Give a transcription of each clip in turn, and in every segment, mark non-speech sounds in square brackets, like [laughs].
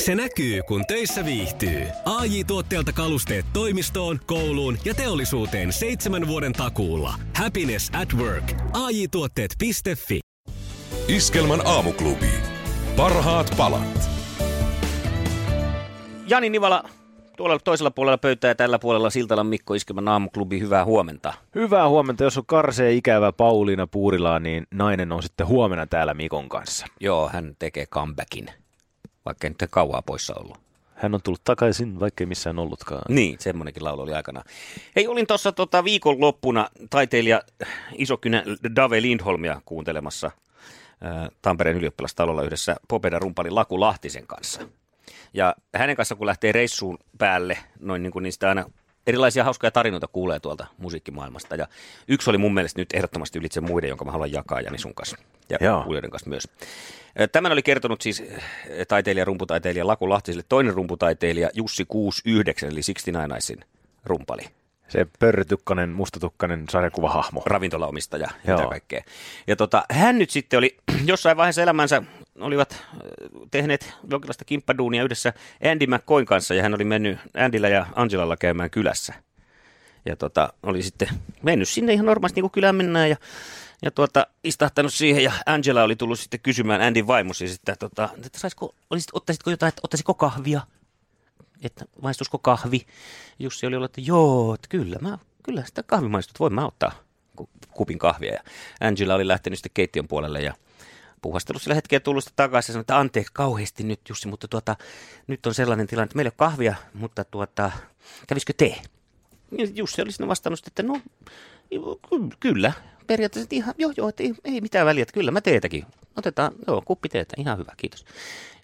Se näkyy, kun töissä viihtyy. ai tuotteelta kalusteet toimistoon, kouluun ja teollisuuteen seitsemän vuoden takuulla. Happiness at work. ai tuotteetfi Iskelmän aamuklubi. Parhaat palat. Jani Nivala, tuolla toisella puolella pöytää ja tällä puolella Siltalan Mikko Iskelmän aamuklubi, hyvää huomenta. Hyvää huomenta. Jos on karsee ikävä Pauliina Puurilaa, niin nainen on sitten huomenna täällä Mikon kanssa. Joo, hän tekee comebackin, vaikka ei nyt kauaa poissa ollut. Hän on tullut takaisin, vaikkei missään ollutkaan. Niin, semmoinenkin laulu oli aikana. Hei, olin tuossa tota viikonloppuna taiteilija Isokynä Dave Lindholmia kuuntelemassa äh, Tampereen ylioppilastalolla yhdessä Popedan rumpali Laku Lahtisen kanssa. Ja hänen kanssa kun lähtee reissuun päälle, noin niin kuin niistä aina erilaisia hauskoja tarinoita kuulee tuolta musiikkimaailmasta. Ja yksi oli mun mielestä nyt ehdottomasti ylitse muiden, jonka mä haluan jakaa Jani sun kanssa ja Joo. kuulijoiden kanssa myös. Tämän oli kertonut siis taiteilija, rumputaiteilija Laku Lahtiselle toinen rumputaiteilija Jussi 69, eli Sixty Ninesin rumpali, Se pörrytukkanen, mustatukkanen sarjakuvahahmo. ravintolaomistaja ja Joo. mitä kaikkea. Ja tota, hän nyt sitten oli [clears throat] jossain vaiheessa elämänsä, olivat äh, tehneet jonkinlaista kimppaduunia yhdessä Andy McCoyn kanssa, ja hän oli mennyt Andyllä ja Angelalla käymään kylässä. Ja tota, oli sitten mennyt sinne ihan normaalisti, niin kuin kylään mennään, ja, ja tuota, istahtanut siihen, ja Angela oli tullut sitten kysymään Andyn vaimosi, sitten, tota, että saisiko, olisit, ottaisitko jotain, että ottaisiko kahvia, että maistuisiko kahvi. Jussi oli ollut, että joo, että kyllä, mä, kyllä sitä kahvimaistut voin mä ottaa ku- kupin kahvia. Ja Angela oli lähtenyt sitten keittiön puolelle ja puuhastellut sillä hetkellä tullut sitä takaisin ja sanoi, että anteeksi kauheasti nyt Jussi, mutta tuota, nyt on sellainen tilanne, että meillä ei ole kahvia, mutta tuota, kävisikö te? Ja Jussi oli sinne vastannut, sitten, että no ky- kyllä, periaatteessa että ihan, joo joo, että ei, ei mitään väliä, että kyllä mä teetäkin. Otetaan, joo, kuppi teetä, ihan hyvä, kiitos.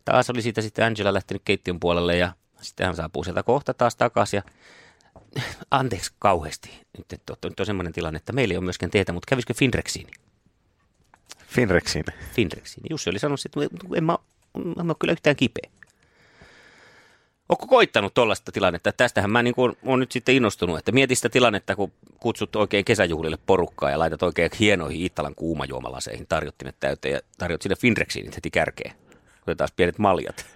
Taas oli siitä sitten Angela lähtenyt keittiön puolelle ja sitten hän saapuu sieltä kohta taas takaisin ja anteeksi kauheasti, nyt, että, että nyt on semmoinen tilanne, että meillä ei ole myöskään teetä, mutta kävisikö Finrexiin? Finrexin. Finrexiin. Niin Jussi oli sanonut, että en mä, en mä ole kyllä yhtään kipeä. Oletko koittanut tuollaista tilannetta? Tästähän mä niin kuin olen nyt sitten innostunut, että mieti sitä tilannetta, kun kutsut oikein kesäjuhlille porukkaa ja laitat oikein hienoihin Iittalan kuumajuomalaseihin tarjottimet täyteen ja tarjot sinne Finrexiin heti kärkeen. Otetaan pienet maljat.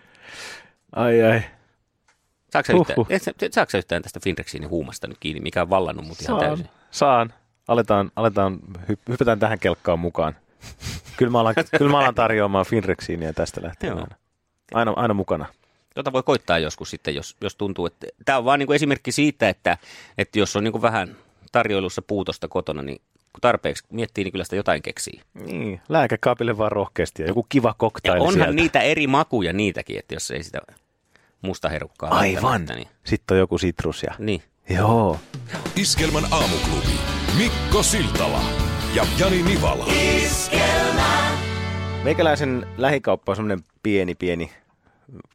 Ai ai. Saatko sä yhtään, Huhhuh. et sä- saatko sä yhtään tästä Finrexiin huumasta nyt kiinni, mikä on vallannut mut ihan täysin? Saan. Saan. Aletaan, aletaan, hyp- hypätään tähän kelkkaan mukaan. Kyllä mä alan, kyllä mä alan tarjoamaan Finrexiiniä tästä lähtien Joo. aina. aina. Aina mukana. Tota voi koittaa joskus sitten, jos, jos tuntuu, että tämä on vaan niinku esimerkki siitä, että, että jos on niinku vähän tarjoilussa puutosta kotona, niin kun tarpeeksi miettii, niin kyllä sitä jotain keksii. Niin, lääkekaapille vaan rohkeasti ja joku kiva Ja koktaili onhan sieltä. sieltä. niitä eri makuja niitäkin, että jos ei sitä musta herukkaa Aivan. välttämättä, Niin, Sitten on joku sitrus ja... niin. Joo. Iskelmän aamuklubi. Mikko Siltala ja Jani Nivala. Meikäläisen lähikauppa on semmoinen pieni, pieni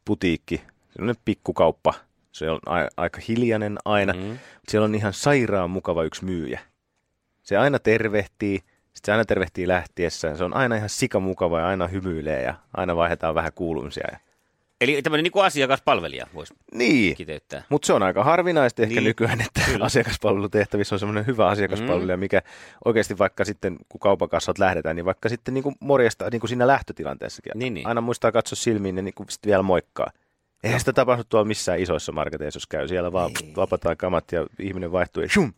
putiikki, semmoinen pikkukauppa. Se on a- aika hiljainen aina, mm. mutta siellä on ihan sairaan mukava yksi myyjä. Se aina tervehtii, sit se aina tervehtii lähtiessään. Se on aina ihan sikamukava ja aina hymyilee ja aina vaihdetaan vähän kuulumisia. Ja... Eli tämmöinen niinku asiakaspalvelija voisi Niin, kiteyttää. mutta se on aika harvinaista ehkä Niin. niin. nykyään, että Kyllä. asiakaspalvelutehtävissä on semmoinen hyvä Mm. asiakaspalvelija, mikä oikeasti vaikka sitten, kun kaupakassat lähdetään, niin vaikka sitten niin kuin morjesta niin kuin siinä lähtötilanteessakin. Niin, niin. Aina muistaa katsoa silmiin ja niin kuin sitten vielä moikkaa. Eihän sitä tapahdu tuolla missään isoissa marketeissa, jos käy. Siellä vaan vapataan kamat ja ihminen vaihtuu ja shum!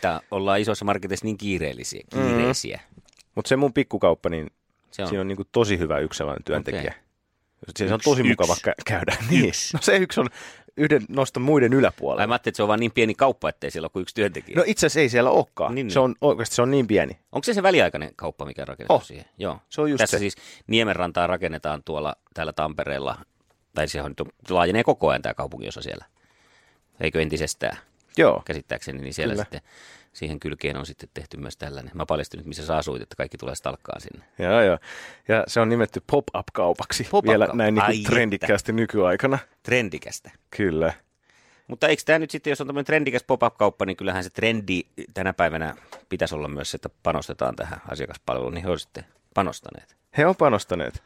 Tää ollaan isoissa marketeissa niin kiireellisiä, kiireisiä. Mm. Mutta se mun pikkukauppa, niin Se on. siinä Mm-hmm. on niin kuin tosi hyvä yksi sellainen työntekijä. Okei. Okay. Se on Yksi, tosi yksi. mukava kä- [laughs] käydä. Niin. Yksi. No se yksi on yhden noston muiden yläpuolella. Ai mä ajattelin, että se on vaan niin pieni kauppa, ettei siellä ole kuin yksi työntekijä. No itse asiassa ei siellä olekaan. Niin, Niin, se niin. on, oikeasti se on niin pieni. Onko se se väliaikainen kauppa, mikä on rakennettu oh, Oh, siihen? Joo. se on just Tässä se. siis Niemenrantaa rakennetaan tuolla täällä Tampereella, tai se on nyt on, laajenee koko ajan tämä kaupunkiosa siellä. Eikö entisestään, Joo. käsittääkseni, niin siellä Kyllä. Kyllä. sitten siihen kylkeen on sitten tehty myös tällainen. Mä paljastin nyt, missä sä asuit, että kaikki tulee stalkkaan sinne. Joo, joo. Ja se on nimetty pop-up-kaupaksi Pop-up-kauppa. pop-up vielä näin Ai niin että. trendikkäästi nykyaikana. Trendikästä. Kyllä. Mutta eikö tämä nyt sitten, jos on tämmöinen trendikäs pop-up-kauppa, niin kyllähän se trendi tänä päivänä pitäisi olla myös se, että panostetaan tähän asiakaspalveluun, niin he olisivat sitten panostaneet. He on panostaneet.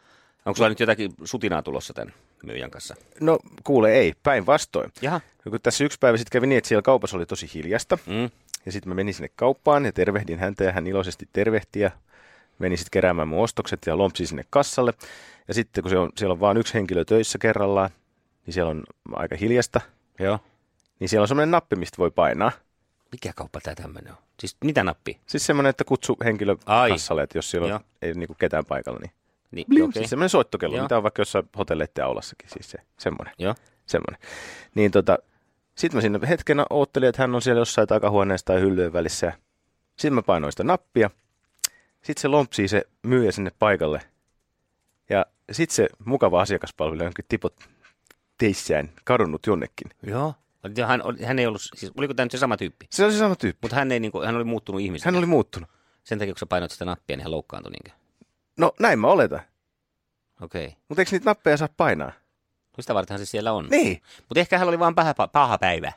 Onko sulla nyt jotakin sutinaa tulossa tämän myyjän kanssa? No kuule, ei. Päinvastoin. Jaha. Ja kun tässä yksi päivä sitten kävi niin, että siellä kaupassa oli tosi hiljasta. Mm. Ja sitten mä menin sinne kauppaan ja tervehdin häntä ja hän iloisesti tervehti ja meni sitten keräämään mun ostokset ja lompsi sinne kassalle. Ja sitten kun se on, siellä on vain yksi henkilö töissä kerrallaan, niin siellä on aika hiljasta, Joo. niin siellä on semmoinen nappi, mistä voi painaa. Mikä kauppa tämä tämmöinen on? Siis mitä nappi? Siis semmoinen, että kutsu henkilö Ai. kassalle, että jos siellä Joo. on, ei niinku ketään paikalla, niin Niin, Blim, okei. siis semmoinen soittokello, Joo. Joo. mitä on vaikka jossain hotelleiden aulassakin, siis se, semmoinen. Joo. semmoinen. Niin tota, sitten mä siinä hetken oottelin, että hän on siellä jossain takahuoneessa tai hyllyjen välissä. Sitten mä painoin sitä nappia. Sitten se lompsii se myyjä sinne paikalle. Ja sitten se mukava asiakaspalvelu onkin tipot teissään kadonnut jonnekin. Joo. Ja Hän, oli- hän ei ollut, siis oliko tämä nyt se sama tyyppi? Se on se sama tyyppi. Mutta hän, ei, niin kuin, hän oli muuttunut ihmisenä. Hän oli muuttunut. Sen takia, kun sä painoit sitä nappia, niin hän loukkaantui niinkö? No näin mä oletan. Okei. Okay. Mutta eikö niitä nappeja saa painaa? No sitä vartenhan se siellä on. Niin. Mutta ehkä hän oli vaan paha, paha päivä.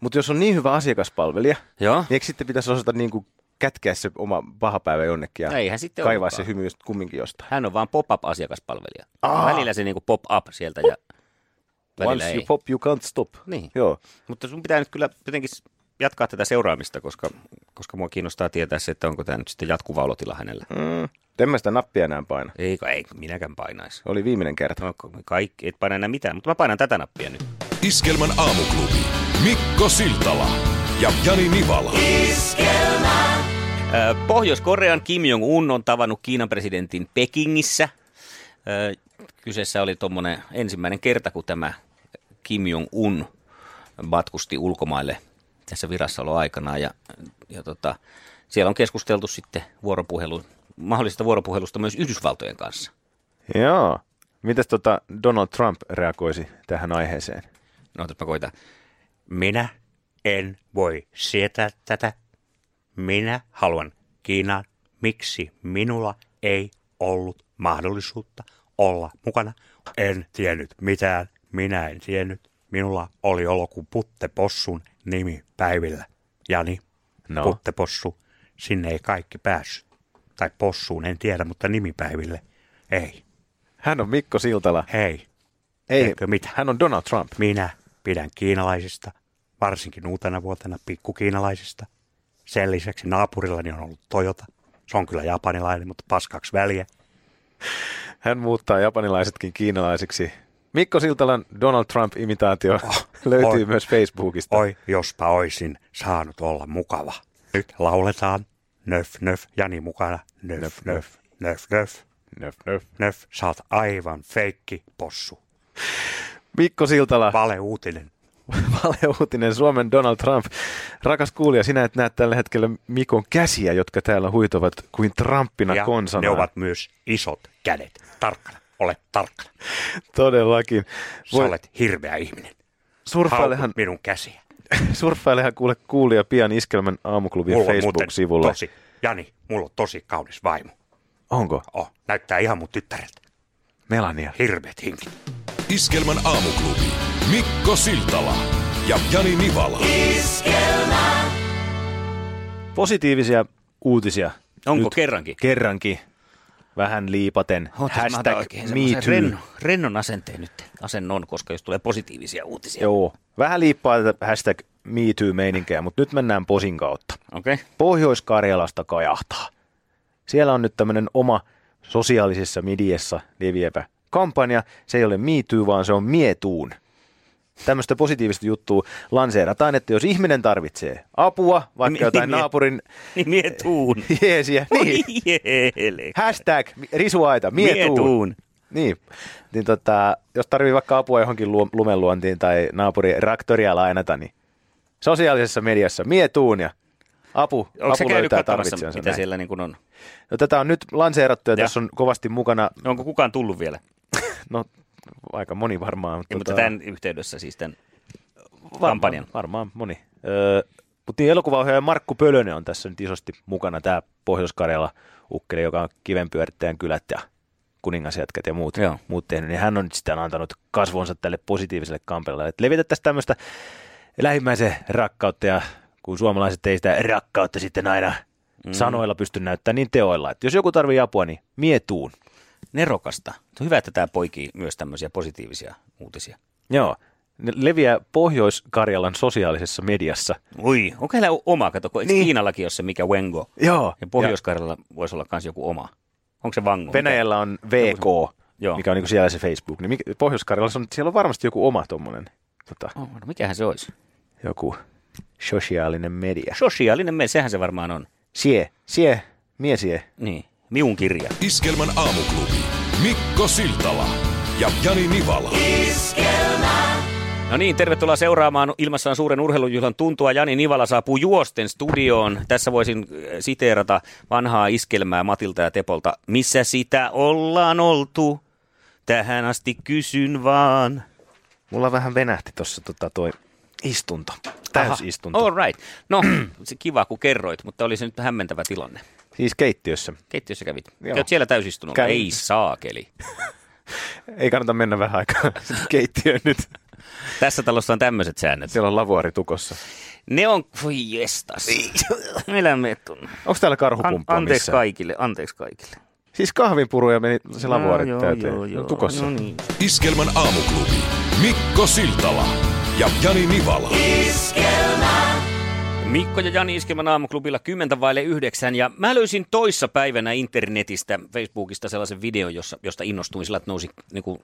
Mutta jos on niin hyvä asiakaspalvelija, Joo. niin eikö sitten pitäisi osata niinku kätkeä se oma paha päivä jonnekin ja No Eihän sitten kaivaa ollutkaan. se hymy just kumminkin jostain. Hän on vaan pop-up-asiakaspalvelija. Aa. Välillä se niinku pop-up sieltä ja välillä Once you ei. pop, you can't stop. Niin. Joo. Mutta sun pitää nyt kyllä jotenkin s- jatkaa tätä seuraamista, koska, koska mua kiinnostaa tietää se, että onko tämä nyt sitten jatkuva olotila hänellä. Mm. En mä sitä nappia enää paina. Ei, ei minäkään painaisi. Se oli viimeinen kerta. No, kaikki, et paina enää mitään, mutta mä painan tätä nappia nyt. Iskelmän aamuklubi. Mikko Siltala ja Jani Nivala. Ö, Pohjois-Korean Kim Jong-un on tavannut Kiinan presidentin Pekingissä. Ö, Kyseessä oli tuommoinen ensimmäinen kerta, kun tämä Kim Jong-un matkusti ulkomaille tässä virassaoloaikana. Ja, ja tota, siellä on keskusteltu sitten vuoropuhelu, mahdollisesta vuoropuhelusta myös Yhdysvaltojen kanssa. Joo. Mitäs tota Donald Trump reagoisi tähän aiheeseen? No, otas mä koitan. Minä en voi sietää tätä. Minä haluan Kiinaan. Miksi minulla ei ollut mahdollisuutta olla mukana? En tiennyt mitään, minä en tiennyt. Minulla oli olku Puttepossun nimi päivillä. Jani, No. no. Puttepossu, sinne ei kaikki päässyt. Tai possuun, en tiedä, mutta nimipäiville ei. Hän on Mikko Siltala. Hei, Ei, Eikö mitään? Hän on Donald Trump. minä pidän kiinalaisista, varsinkin uutena vuotena pikkukiinalaisista. Sen lisäksi naapurillani on ollut Toyota. Se on kyllä japanilainen, mutta paskaksi väliä. Hän muuttaa japanilaisetkin kiinalaisiksi. Mikko Siltalan Donald Trump-imitaatio [laughs] löytyy Oh, oi. myös Facebookista. Oi, jospa oisin saanut olla mukava. Nyt lauletaan. Nöf, nöf, Jani mukana. Nöf, nöf, nöf, nöf, nöf. Nöf, nöf. nöf. Sä oot aivan feikki possu. Mikko Siltala, Vale uutinen. valeuutinen Suomen Donald Trump. Rakas kuulija, sinä et näe tällä hetkellä Mikon käsiä, jotka täällä huitovat kuin Trumpina ja konsana. ne ovat myös isot kädet. Tarkkana, ole tarkkana. Todellakin. Sä olet hirveä ihminen. surfailehan, Haukut minun käsiä. surffailehan kuule kuulija pian Iskelmän aamuklubin Mulla on muuten Facebook-sivulla. tosi, Jani, mulla on tosi kaunis vaimo. Onko? Oh, näyttää ihan mun tyttäreltä. Melania. Hirveet hinkit. Iskelmän aamuklubi. Mikko Siltala ja Jani Nivala. Positiivisia uutisia. Onko Nyt kerrankin? Kerrankin. Vähän liipaten. Ootas, mä otan Hashtag oikein semmosen me rennon, too. rennon asenteen nyt asennon, koska jos tulee positiivisia uutisia. Joo. Vähän liippaa tätä hashtag me too meininkiä, mutta nyt mennään posin kautta. Okei. Okay. Pohjois-Karjalasta kajahtaa. Siellä on nyt tämmöinen oma sosiaalisessa mediassa leviävä kampanja. Se ei ole miityy, vaan se on mietuun. Tämmöistä positiivista juttua lanseerataan, että jos ihminen tarvitsee apua, vaikka Niin, jotain niin. [laughs] naapurin [laughs] Niin mietuun. jeesiä, niin Niin. hashtag risuaita, mietuun. Mietuun. Niin, niin tota, jos tarvii vaikka apua johonkin lu- lumenluontiin tai naapurin raktoria lainata, niin sosiaalisessa mediassa mietuun ja apu, Onko se apu käynyt löytää katsomassa, tarvitsensa. mitä näin. siellä niin kun on? No, tätä on nyt lanseerattu ja, Joo. tässä on kovasti mukana, Onko kukaan tullut vielä? no aika moni varmaan. Ei, mutta tämän yhteydessä siis tämän kampanjan. Varmaan, varmaan moni. Öö, mutta niin elokuvaohjaaja Markku Pölönen on tässä nyt isosti mukana, tämä Pohjois-Karjala ukkeli, joka on kivenpyörittäjän kylät ja kuningasjätkät ja muut, Joo. muut tehnyt, niin hän on nyt sitten antanut kasvonsa tälle positiiviselle kampelille. Että levitettäisiin tämmöistä lähimmäisen rakkautta ja kun suomalaiset ei sitä rakkautta sitten aina mm. sanoilla pysty näyttämään, niin teoilla. Että jos joku tarvii apua, niin mietuun. Nerokasta. Se on hyvä, että tämä poikii myös tämmöisiä positiivisia uutisia. Joo. Ne leviää Pohjois-Karjalan sosiaalisessa mediassa. Oi, onko heillä oma? Kato, kun niin. Kiinallakin ole se mikä Wengo? Joo. Ja Pohjois-Karjalalla voisi olla myös joku oma. Onko se Vango? Venäjällä on VK, Joo. mikä on niin siellä se Facebook. Niin mikä- Pohjois-Karjalassa on, siellä on varmasti joku oma tuommoinen tota, Oh, no mikähän se olisi? joku sosiaalinen media. Sosiaalinen me, sehän se varmaan on. Sie, sie, miesie. Niin, miun kirja. Iskelmän aamuklubi. Mikko Siltala ja Jani Nivala. No niin, tervetuloa seuraamaan ilmassa on suuren urheilujuhlan tuntua. Jani Nivala saapuu juosten studioon. Tässä voisin äh, siteerata vanhaa iskelmää Matilta ja Tepolta. Missä sitä ollaan oltu? Tähän asti kysyn vaan. Mulla vähän venähti tuossa tota, toi istunto, täysistunto. All right. No, [clears throat] se kiva kun kerroit, mutta oli se nyt hämmentävä tilanne. Siis keittiössä. Keittiössä kävit. Joo. Käyt siellä täysistunnolla. Kävin. Ei saakeli. Ei kannata mennä vähän aikaa [laughs] keittiöön nyt. Tässä talossa on tämmöiset säännöt. Siellä on lavuari tukossa. Ne on, voi jestas. Elämme etun. Onko täällä An- karhupumppua anteeksi Niin. missään? kaikille, anteeksi kaikille. Siis kahvinpuruja meni se lavuari Joo, täyteen. joo, joo. tukossa. No niin. Iskelmän aamuklubi. Mikko Siltala ja Jani Nivala. Mikko ja Jani Iskelman aamuklubilla 10 vaille 9 ja mä löysin toissa päivänä internetistä Facebookista sellaisen videon, jossa, josta innostuin sillä, että nousi niin kuin,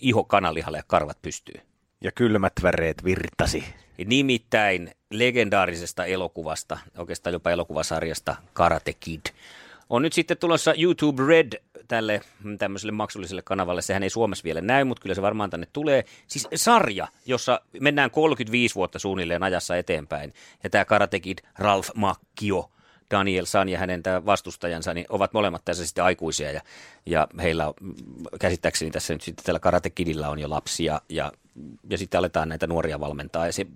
iho kanalihalle ja karvat pystyy. Ja kylmät väreet virtasi. Nimittäin legendaarisesta elokuvasta, oikeastaan jopa elokuvasarjasta Karate Kid. On nyt sitten tulossa YouTube Red tälle mm, tämmöiselle maksulliselle kanavalle. Sehän ei Suomessa vielä näy, mutta kyllä se varmaan tänne tulee. Siis sarja, jossa mennään 35 vuotta suunnilleen ajassa eteenpäin. Ja tämä Karate Kid Ralph Macchio, Daniel San ja hänen tää vastustajansa niin ovat molemmat tässä sitten aikuisia. Ja, ja heillä on, mm, käsittääkseni tässä nyt sitten tällä Karate Kidillä on jo lapsia ja ja sitten aletaan näitä nuoria valmentaa. Ja se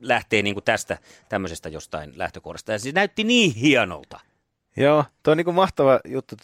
lähtee niin kuin tästä tämmöisestä jostain lähtökohdasta. Ja se näytti niin hienolta. Joo, toi on niin mahtava juttu.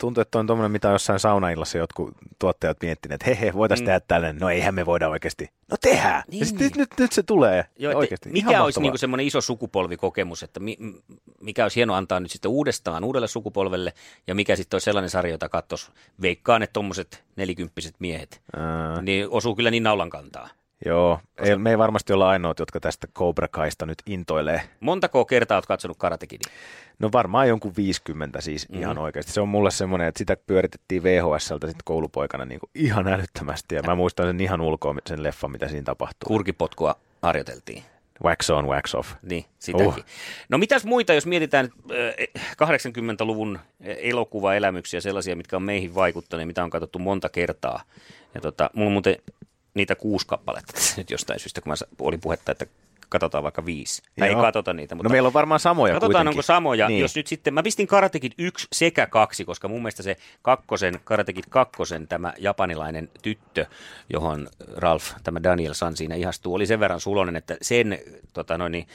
Tuntuu, että toi on tuommoinen, mitä on jossain saunaillassa jotkut tuottajat miettineet, että he he, voitaisiin mm. tehdä tällainen. No eihän me voida oikeasti. No tehdään. Niin. Ja sit, nyt, nyt, nyt se tulee. Joo, Ja että oikeasti. mikä Ihan olisi mahtavaa. niin semmoinen iso sukupolvikokemus, että mi, m- mikä olisi hieno antaa nyt sitten uudestaan uudelle sukupolvelle, ja mikä sitten olisi sellainen sarja, jota katsoisi, veikkaan ne tuommoiset nelikymppiset miehet, Ää, niin osuu kyllä niin naulan kantaa. joo, ei, me ei varmasti olla ainoat, jotka tästä Cobra Kaista nyt intoilee. Montako kertaa olet katsonut Karate Kidin? No varmaan jonkun 50 siis mm-hmm. ihan oikeasti. Se on mulle semmoinen, että sitä pyöritettiin VHSltä sitten koulupoikana niin kuin ihan älyttömästi. Ja mä muistan sen ihan ulkoa, sen leffan, mitä siinä tapahtuu. Kurkipotkua harjoiteltiin. Wax on, wax off. Niin, sitäkin. Uh. Uh. No mitäs muita, jos mietitään äh, 80-luvun elokuvaelämyksiä, sellaisia, mitkä on meihin vaikuttaneet, mitä on katsottu monta kertaa. Ja tota, mulla on muuten niitä kuusi kappaletta [laughs] tässä nyt jostain syystä, kun mä sa- oli puhetta, että katsotaan vaikka viisi. Tai ei Joo. katsota niitä, mutta No meillä on varmaan samoja katsotaan kuitenkin. onko samoja. Niin. Niin. Jos nyt sitten, mä pistin Karate Kid 1 sekä kaksi, koska mun mielestä se kakkosen, Karate Kid kakkosen tämä japanilainen tyttö, johon Ralph, tämä Daniel San siinä ihastuu, oli sen verran sulonen, että sen tota noin, niin,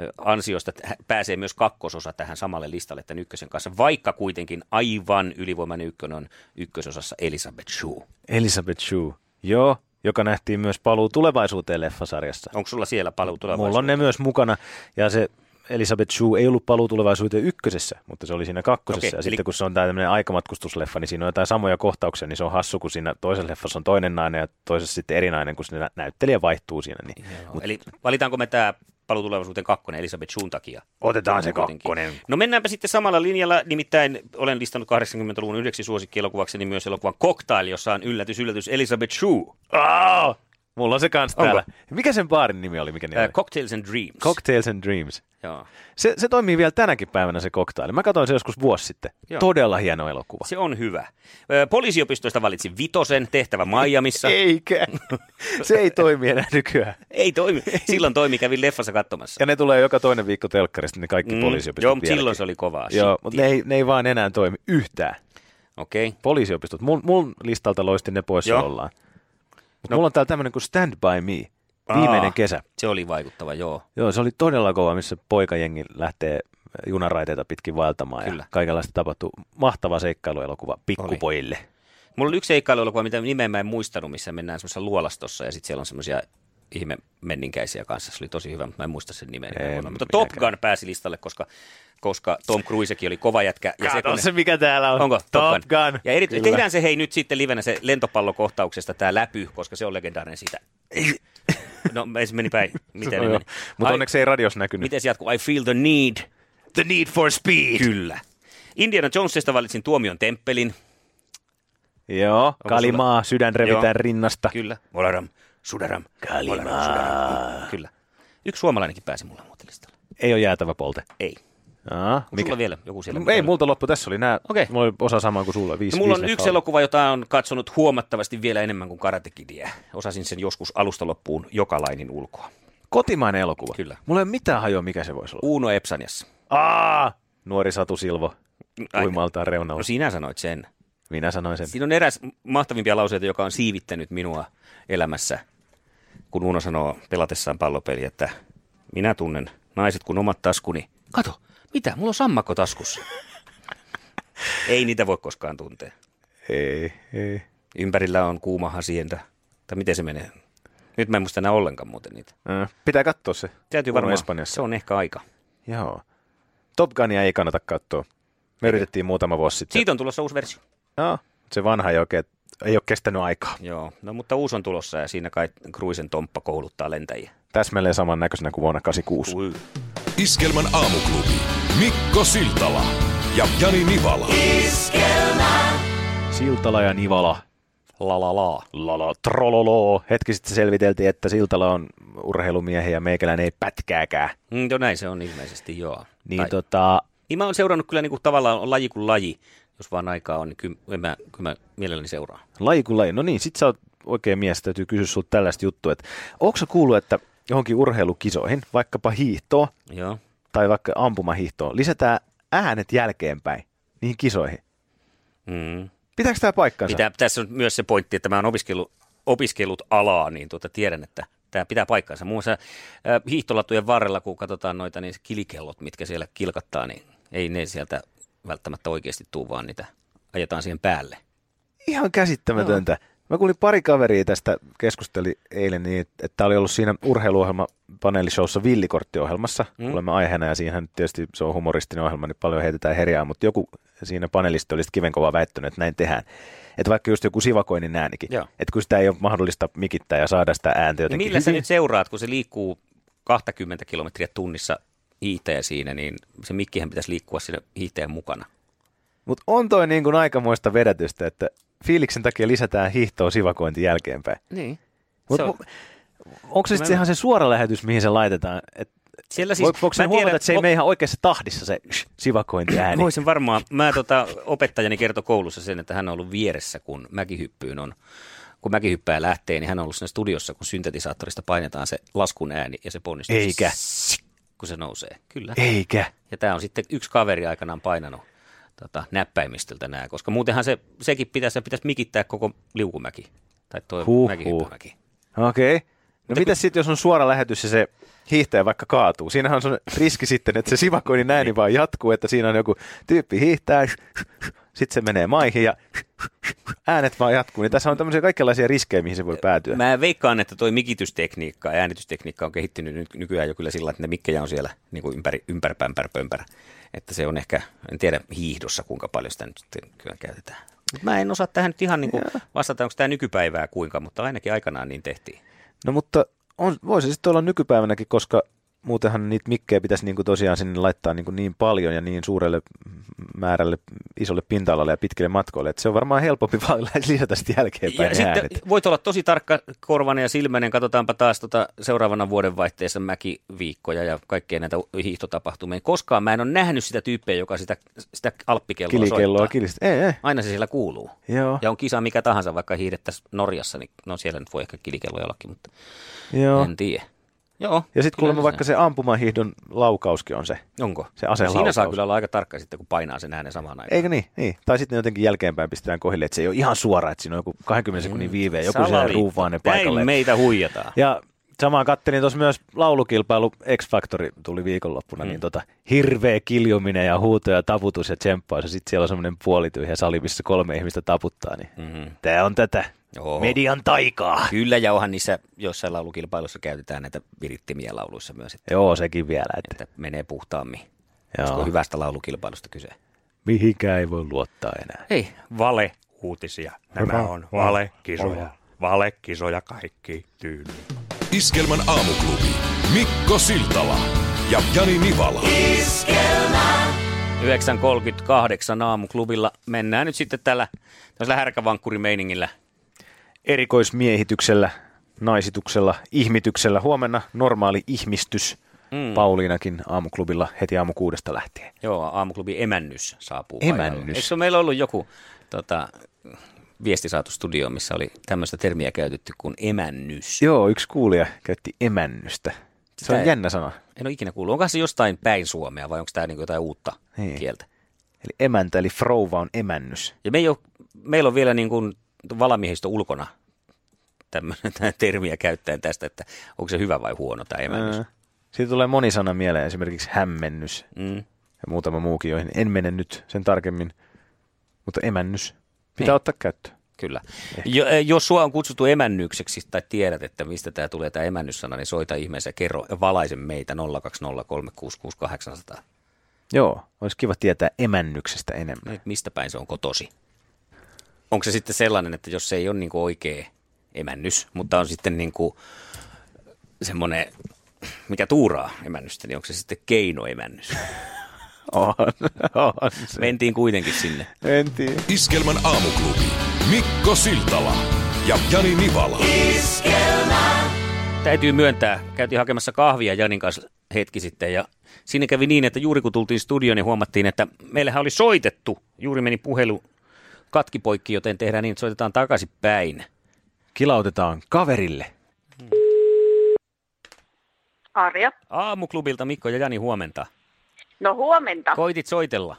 ö, ansiosta tä- pääsee myös kakkososa tähän samalle listalle tämän ykkösen kanssa, vaikka kuitenkin aivan ylivoimainen ykkönen on ykkösosassa Elizabeth Shue. Elizabeth Shue. Joo, joka nähtiin myös Paluu tulevaisuuteen leffasarjassa. Onko sulla siellä paluu tulevaisuuteen? Mulla on ne myös mukana. Ja se Elizabeth Shue ei ollut Paluu tulevaisuuteen ykkösessä, mutta se oli siinä kakkosessa. Okei, ja eli- sitten kun se on tämmöinen aikamatkustusleffa, niin siinä on jotain samoja kohtauksia, niin se on hassu, kun siinä toisessa leffassa on toinen nainen ja toisessa sitten eri nainen, kun siinä nä- näyttelijä vaihtuu siinä. Niin Mut... Eli valitaanko me tämä paluu tulevaisuuteen kakkonen Elisabeth Shun takia? Otetaan se Kuitenkin. kakkonen. No mennäänpä sitten samalla linjalla, nimittäin olen listannut 80-luvun yhdeksi suosikkielokuvaksi niin myös elokuvan Cocktail, jossa on yllätys, yllätys Elisabeth Shue. Aa, mulla on se kans Onko? täällä. Mikä sen baarin nimi oli? Mikä nimi Äh, oli? Cocktails and Dreams. Cocktails and Dreams. Joo. Se, se toimii vielä tänäkin päivänä se koktaili. Mä katsoin se joskus vuosi sitten. Joo. Joo. Todella hieno elokuva. Se on hyvä. Ö, Poliisiopistosta valitsin Vitosen tehtävä Miamiissa. ei. [laughs] Eikä. Se ei toimi enää nykyään. ei toimi. Silloin toimi, kävin leffassa katsomassa. Ja ne tulee joka toinen viikko telkkarista, niin kaikki mm, poliisiopistot Joo, mutta vieläkin. silloin se oli kovaa. Joo, Shit. mutta ne ei, ne ei vaan enää toimi yhtään. Okei. Poliisiopistot. Mun, mun listalta loisti ne pois Joo. ollaan. Mutta no. mulla on täällä tämmöinen kuin Stand By Me. Viimeinen Aa. kesä. Se oli vaikuttava, joo. Joo, se oli todella kova, missä poikajengi lähtee junaraiteita pitkin vaeltamaan Kyllä. Kyllä. ja kaikenlaista tapahtuu. Mahtava seikkailuelokuva pikkupojille. Mulla oli yksi seikkailuelokuva, mitä nimeä mä en muistanut, missä mennään semmoisessa luolastossa ja sitten siellä on semmoisia ihme menninkäisiä kanssa. Se oli tosi hyvä, mutta mä en muista sen nimeä. En En, mutta Top Gun pääsi listalle, koska, koska Tom Cruisekin oli kova jätkä. Ja Kato kun ne- se, mikä täällä on. Onko? Top Gun. Ja erity, Kyllä. tehdään se hei nyt sitten livenä se lentopallokohtauksesta tämä läpy, koska se on legendaarinen siitä. No, se meni päin. Miten ne meni? Mutta Ai- onneksi ei radios näkynyt. Miten se jatkuu? I feel the need. The need for speed. Kyllä. Indiana Jonesista valitsin tuomion temppelin. Joo, kalimaa, sydän revitään Joo. rinnasta. Kyllä. Molaram, sudaram. Kalimaa. Sudaram. Kyllä. Yksi suomalainenkin pääsi mulle muuten listalle. Ei ole jäätävä polte. Ei. Aa, Mikä? Sulla vielä joku siellä? Mm, Ei, multa loppu. Tässä oli nämä. Okei. Mulla oli osa samaa kuin sulla. Viisi, No, mulla viisi on leffaa yksi oli. elokuva, jota on katsonut huomattavasti vielä enemmän kuin Karate Kidia. Osasin sen joskus alusta loppuun jokalainen ulkoa. Kotimainen elokuva. Kyllä. Mulla ei ole mitään hajoa, mikä se voisi olla. Uuno Epsaniassa. Aa! Nuori Satu Silvo. Aina. Uimaltaan No reunaus. sinä sanoit sen. Minä sanoin sen. Siinä on eräs mahtavimpia lauseita, joka on siivittänyt minua elämässä, kun Uno sanoo pelatessaan pallopeli, että minä tunnen naiset kuin omat taskuni. Kato, mitä? Mulla on sammakko [laughs] taskussa. Ei niitä voi koskaan tuntea. Ei, ei. Ympärillä on kuuma hasienta. Tai miten se menee? Nyt mä en muista enää ollenkaan muuten niitä. Äh, Pitää katsoa se. Täytyy Kuulemma varmaan, Espanjassa. se on ehkä aika. Joo. Top Gunia ei kannata katsoa. Me yritettiin muutama vuosi sitten. Siitä on tulossa uusi versio. Joo, se vanha ei oikein, ei ole kestänyt aikaa. Joo, no mutta uusi on tulossa ja siinä kai Kruisen Tomppa kouluttaa lentäjiä. Täsmälleen saman näköisenä kuin vuonna 86. Ui. Iskelmän aamuklubi. Mikko Siltala ja Jani Nivala. Siltala ja Nivala. La la la. La la trololo. Hetki sitten selviteltiin, että Siltala on urheilumiehiä ja meikälän ei pätkääkään. Mm, joo, näin se on ilmeisesti, joo. Niin tota, Niin mä oon seurannut kyllä niin kuin tavallaan on laji kuin laji. Jos vaan aikaa on, niin kyllä en mä, kyllä mä mielelläni seuraan. laji kuin laji. No niin, sit sä oot oikein mies, täytyy kysyä sulta tällaista juttua, että onko sä kuullut, että johonkin urheilukisoihin, vaikkapa hiihtoon Joo. tai vaikka ampumahiihtoon, lisätään äänet jälkeenpäin niihin kisoihin. Mm. Pitääkö tämä paikkansa? Pitää, tässä on myös se pointti, että mä oon opiskellut, opiskellut alaa, niin tuota, tiedän, että tämä pitää paikkansa. Muun muassa äh, hiihtolatujen varrella, kun katsotaan noita, niin se kilikellot, mitkä siellä kilkattaa, niin ei ne sieltä välttämättä oikeasti tuu, vaan niitä ajetaan siihen päälle. Ihan käsittämätöntä. Joo. Mä kuulin pari kaveria tästä keskusteli eilen niin, että- että tämä oli ollut siinä urheiluohjelma paneelishowssa Villikorttiohjelmassa. Mm. Olemme aiheena ja siihen tietysti se on humoristinen ohjelma, niin paljon heitetään herjaa, mutta joku siinä panelisti oli kivenkova väittänyt, että näin tehdään. Että vaikka just joku sivakoinen äänikin, Joo. että kun sitä ei ole mahdollista mikittää ja saada sitä ääntä Niin jotenkin. millä sä hyvin. nyt seuraat, kun se liikkuu 20 kilometriä tunnissa hiihtäjä siinä, niin se mikkihän pitäisi liikkua siinä hiihtäjän mukana. Mutta on toi niin kuin aikamoista vedätystä, että fiiliksen takia lisätään hiihtoa sivakointi jälkeenpäin. Niin. Mut, Se on- on... Onko se sitten ihan se suora lähetys, mihin se laitetaan? Et Siellä Siis, siis, voiko sen mä huomata, tiedän- että se ei mene ihan oikeassa tahdissa se sh, sivakointi ääni? Voisin varmaan. Mä tota, opettajani kertoi koulussa sen, että hän on ollut vieressä, kun mäkihyppyyn on, kun mäkihyppää lähtee, niin hän on ollut siinä studiossa, kun syntetisaattorista painetaan se laskun ääni ja se ponnistuu. Eikä. Kun se nousee. Kyllä. Eikä. Ja tämä on sitten yksi kaveri aikanaan painanut tota, näppäimistöltä nämä, koska muutenhan se, sekin pitäisi, se pitäisi mikittää koko liukumäki. Tai tuo Huh, huh, huh. mäkihyppymäki. Okei. Okay. No mitä sitten, jos on suora lähetys ja se hiihtäjä vaikka kaatuu? Siinähän on se riski sitten, että se sivakoinnin ääni vaan jatkuu, että siinä on joku tyyppi hiihtää, sh, sh, sh, sitten se menee maihin ja sh, sh, sh, äänet vaan jatkuu. Niin tässä on tämmöisiä kaikenlaisia riskejä, mihin se voi päätyä. Mä veikkaan, että toi mikitystekniikka ja äänitystekniikka on kehittynyt nyt nykyään jo kyllä sillä, että ne mikkejä on siellä niin kuin ympäri, ympäri, pämpär, pömpär. Että se on ehkä, en tiedä hiihdossa kuinka paljon sitä nyt sitten kyllä käytetään. Mut mä en osaa tähän nyt ihan niin kuin vastata, onko tämä nykypäivää kuinka, mutta ainakin aikanaan niin tehtiin. No mutta on, voi se sitten olla nykypäivänäkin, koska muutenhan niitä mikkejä pitäisi niin kuin tosiaan sinne laittaa niin, kuin niin paljon ja niin suurelle määrälle, isolle pinta-alalle ja pitkille matkoille, että se on varmaan helpompi [laughs] vaan lisätä sitten jälkeenpäin Ja ja sitten äänet. voit olla tosi tarkka korvanen ja silmäinen. Katsotaanpa taas tota seuraavana vuodenvaihteessa mäkiviikkoja ja kaikkea näitä hiihtotapahtumia. Koskaan mä en ole nähnyt sitä tyyppiä, joka sitä, sitä alppikelloa Kilikelloa soittaa. kilistä. Ei, ei. Aina se siellä kuuluu. Joo, Ja on kisa mikä tahansa, vaikka hiihdettäisiin Norjassa, niin no siellä nyt voi ehkä kilikello jollakin, mutta no. joo. en tiedä. Joo. Ja sitten kyllä kuulemma se- vaikka se ampumahiihdon laukauskin on se. Onko? se aseen Siinä saa laukaus. kyllä olla aika tarkka sitten, kun painaa sen äänen samaan aikaan. Eikö niin? niin. Tai sitten ne jotenkin jälkeenpäin pistetään kohille, että se ei ole ihan suora, että siinä on joku 20 sekunnin viive ja joku siellä Salaliitto. ruuvaa ne Näin paikalle. meitä huijataan. Ja samaan kattelin tuossa myös laulukilpailu X Factory tuli viikonloppuna, mm. niin tota, hirveä kiljuminen ja huuto ja taputus ja tsemppaus. Ja sitten siellä on semmoinen puolityhjä sali, missä kolme ihmistä taputtaa, niin mm-hmm. tämä on tätä Joo. median taikaa. Kyllä, ja onhan niissä joissain laulukilpailuissa käytetään näitä virittimiä lauluissa myös, että, Joo, sekin vielä, että että menee puhtaammin. Joo. Olisiko hyvästä laulukilpailusta kyse? mihinkään ei voi luottaa enää. Ei. Vale uutisia. Nämä on vale kisoja. Vale kisoja kaikki tyyli. Iskelmän aamuklubi. Mikko Siltala ja Jani Nivala. 9.38 aamuklubilla. Mennään nyt sitten tällä, tällaisella härkävankkurimeiningillä. Erikoismiehityksellä, naisituksella, ihmityksellä. Huomenna normaali ihmistys. Mm. Pauliinakin aamuklubilla heti aamu kuudesta lähtien. Joo, aamuklubi Emännys saapuu. Emännys. paikalle. Eikö se ole meillä ollut joku tota, viesti saatu studioon, missä oli tämmöistä termiä käytetty kuin emännys? Joo, yksi kuulija käytti emännystä. Se Sitä on ei- jännä sana. En ole ikinä kuullut. Onko se jostain päin Suomea vai onko tämä niinku jotain uutta Niin. kieltä? Eli emäntä, eli frouva on emännys. Ja me ei ole, meillä on vielä niin kuin valamiehistö ulkona [laughs] tämmöinen termiä käyttäen tästä, että onko se hyvä vai huono tämä emännys. Ää, Siitä tulee moni sana mieleen, esimerkiksi hämmennys Mm. ja muutama muukin, joihin en mene nyt sen tarkemmin. Mutta emännys pitää Niin. ottaa käyttöön. Kyllä. Jo, eh, jos sua on kutsuttu emännykseksi tai tiedät, että mistä tämä tulee tämä emännyssana, niin soita ihmeessä ja kerro ja valaise meitä 020366800. Joo, olisi kiva tietää emännyksestä enemmän. No Nyt mistä päin se on kotosi? Onko se sitten sellainen, että jos se ei ole niin kuin oikea emännys, mutta on sitten niin kuin semmoinen, mikä tuuraa emännystä, niin onko se sitten keinoemännys? On, on se. Mentiin kuitenkin sinne. En tiedä. Iskelmän aamuklubi. Mikko Siltala ja Jani Nivala. Täytyy myöntää, käytiin hakemassa kahvia Janin kanssa hetki sitten ja siinä kävi niin, että juuri kun tultiin studioon, niin huomattiin, että meillähän oli soitettu. Juuri meni puhelu katkipoikki, joten tehdään niin, että soitetaan takaisinpäin. Kilautetaan kaverille. Arja. Aamuklubilta Mikko ja Jani huomenta. No huomenta. Ko- Koitit soitella.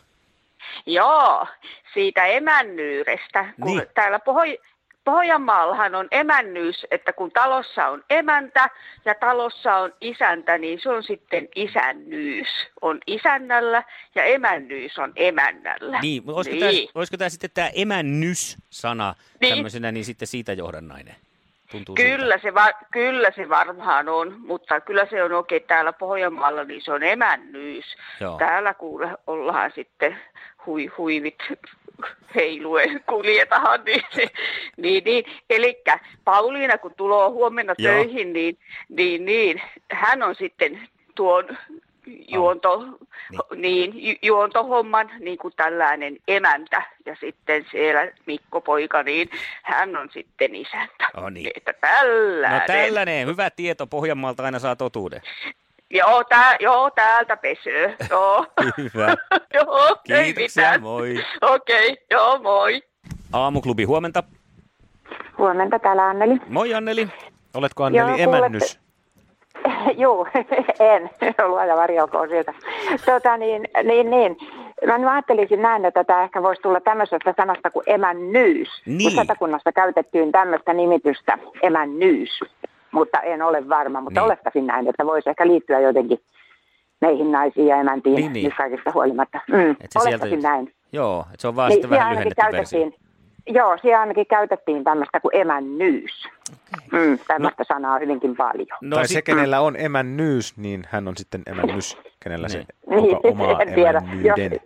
Joo, siitä emännyydestä. Kun Niin. niin. täällä Pohjo- Pohjanmaallahan on emännyys, että kun talossa on emäntä ja talossa on isäntä, niin se on sitten isännyys. On isännällä ja emännyys on emännällä. Niin, mutta olisiko, niin. niin. Tämä, olisiko tämä sitten tämä emännys-sana niin. Niin. tämmöisenä, niin sitten siitä johdannainen? Tuntuu siltä. Kyllä se, va- kyllä se varmaan on, mutta kyllä se on oikein täällä Pohjanmaalla, niin se on emännyys. Joo. Täällä kuule ollaan sitten hui, huivit heiluen kuljetahan. Niin, niin, niin. Eli Pauliina kun tulee huomenna Joo. Joo. töihin, niin, niin, niin hän on sitten tuon juonto, Oh. niin. Niin, ju- juontohomman niin kuin tällainen emäntä ja sitten siellä Mikko poika, niin hän on sitten isäntä. Oh, niin. Että tällainen. No tällainen, hyvä tieto, Pohjanmaalta aina saa totuuden. Joo, tää, joo, täältä pesöö. Joo. Hyvä. [laughs] joo, ei Kiitoksia, mitään. moi. Okei, okay, joo, moi. Aamuklubi, huomenta. Huomenta täällä Anneli. [laughs] Moi Anneli. Oletko Anneli Joo, emännys? Juu, [laughs] en ollut aina varjelkoon siltä. Tota, niin, niin, niin. Mä nyt ajattelisin näin, että tämä ehkä voisi tulla tämmöisestä sanasta kuin emännyys. Niin. Kun satakunnassa käytettiin tämmöistä nimitystä emännyys, mutta en ole varma, mutta Niin. niin. olettaisin näin, että voisi ehkä liittyä jotenkin meihin naisiin ja emäntiin Niin, niin. nyt kaikista huolimatta. Mm, Et se sieltä- olettaisin näin. Joo, et se on vaan niin, sitten vähän lyhennetty versio. käytettiin, joo, siellä ainakin käytettiin tämmöistä kuin emännyys. Okay. Mm, tämmöistä no. sanaa hyvinkin paljon. No, tai si- se, kenellä on emännyys, niin hän on sitten emännys, kenellä se, Niin. kuka [laughs] omaa en tiedä. emännyyden.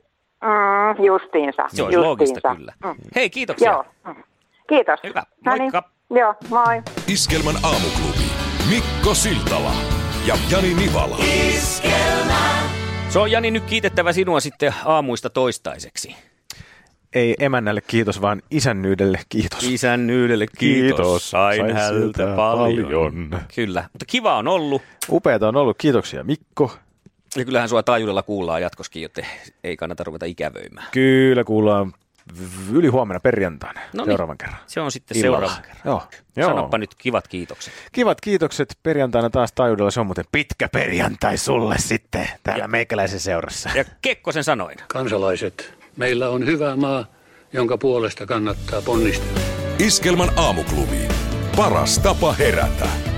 Mm, justiinsa. se on justiinsa. loogista kyllä. Mm, Hei, kiitoksia. joo. Mm. Kiitos. Hyvä, No niin. moikka. Joo, moi. Iskelmän aamuklubi. Mikko Siltala ja Jani Nivala. Se on Jani nyt kiitettävä sinua sitten aamuista toistaiseksi. Ei emännälle kiitos, vaan isännyydelle kiitos. Isännyydelle Sain siltä Kyllä, mutta kiva on ollut. Upeata on ollut, kiitoksia Mikko. Ja kyllähän sua taajuudella kuullaan jatkoskin, joten ei kannata ruveta ikävöimään. Kyllä kuullaan v- yli huomenna perjantaina Noniin. seuraavan kerran. No niin. Se on sitten Illalla. seuraava kerran. Joo. Joo. Joo. Sanoppa nyt kivat kiitokset. Kivat kiitokset perjantaina taas taajuudella. Se on muuten pitkä perjantai sulle sitten täällä meikäläisen seurassa. Ja Kekkosen sanoin. kansalaiset, meillä on hyvä maa, jonka puolesta kannattaa ponnistella. Iskelmän aamuklubi. Paras tapa herätä.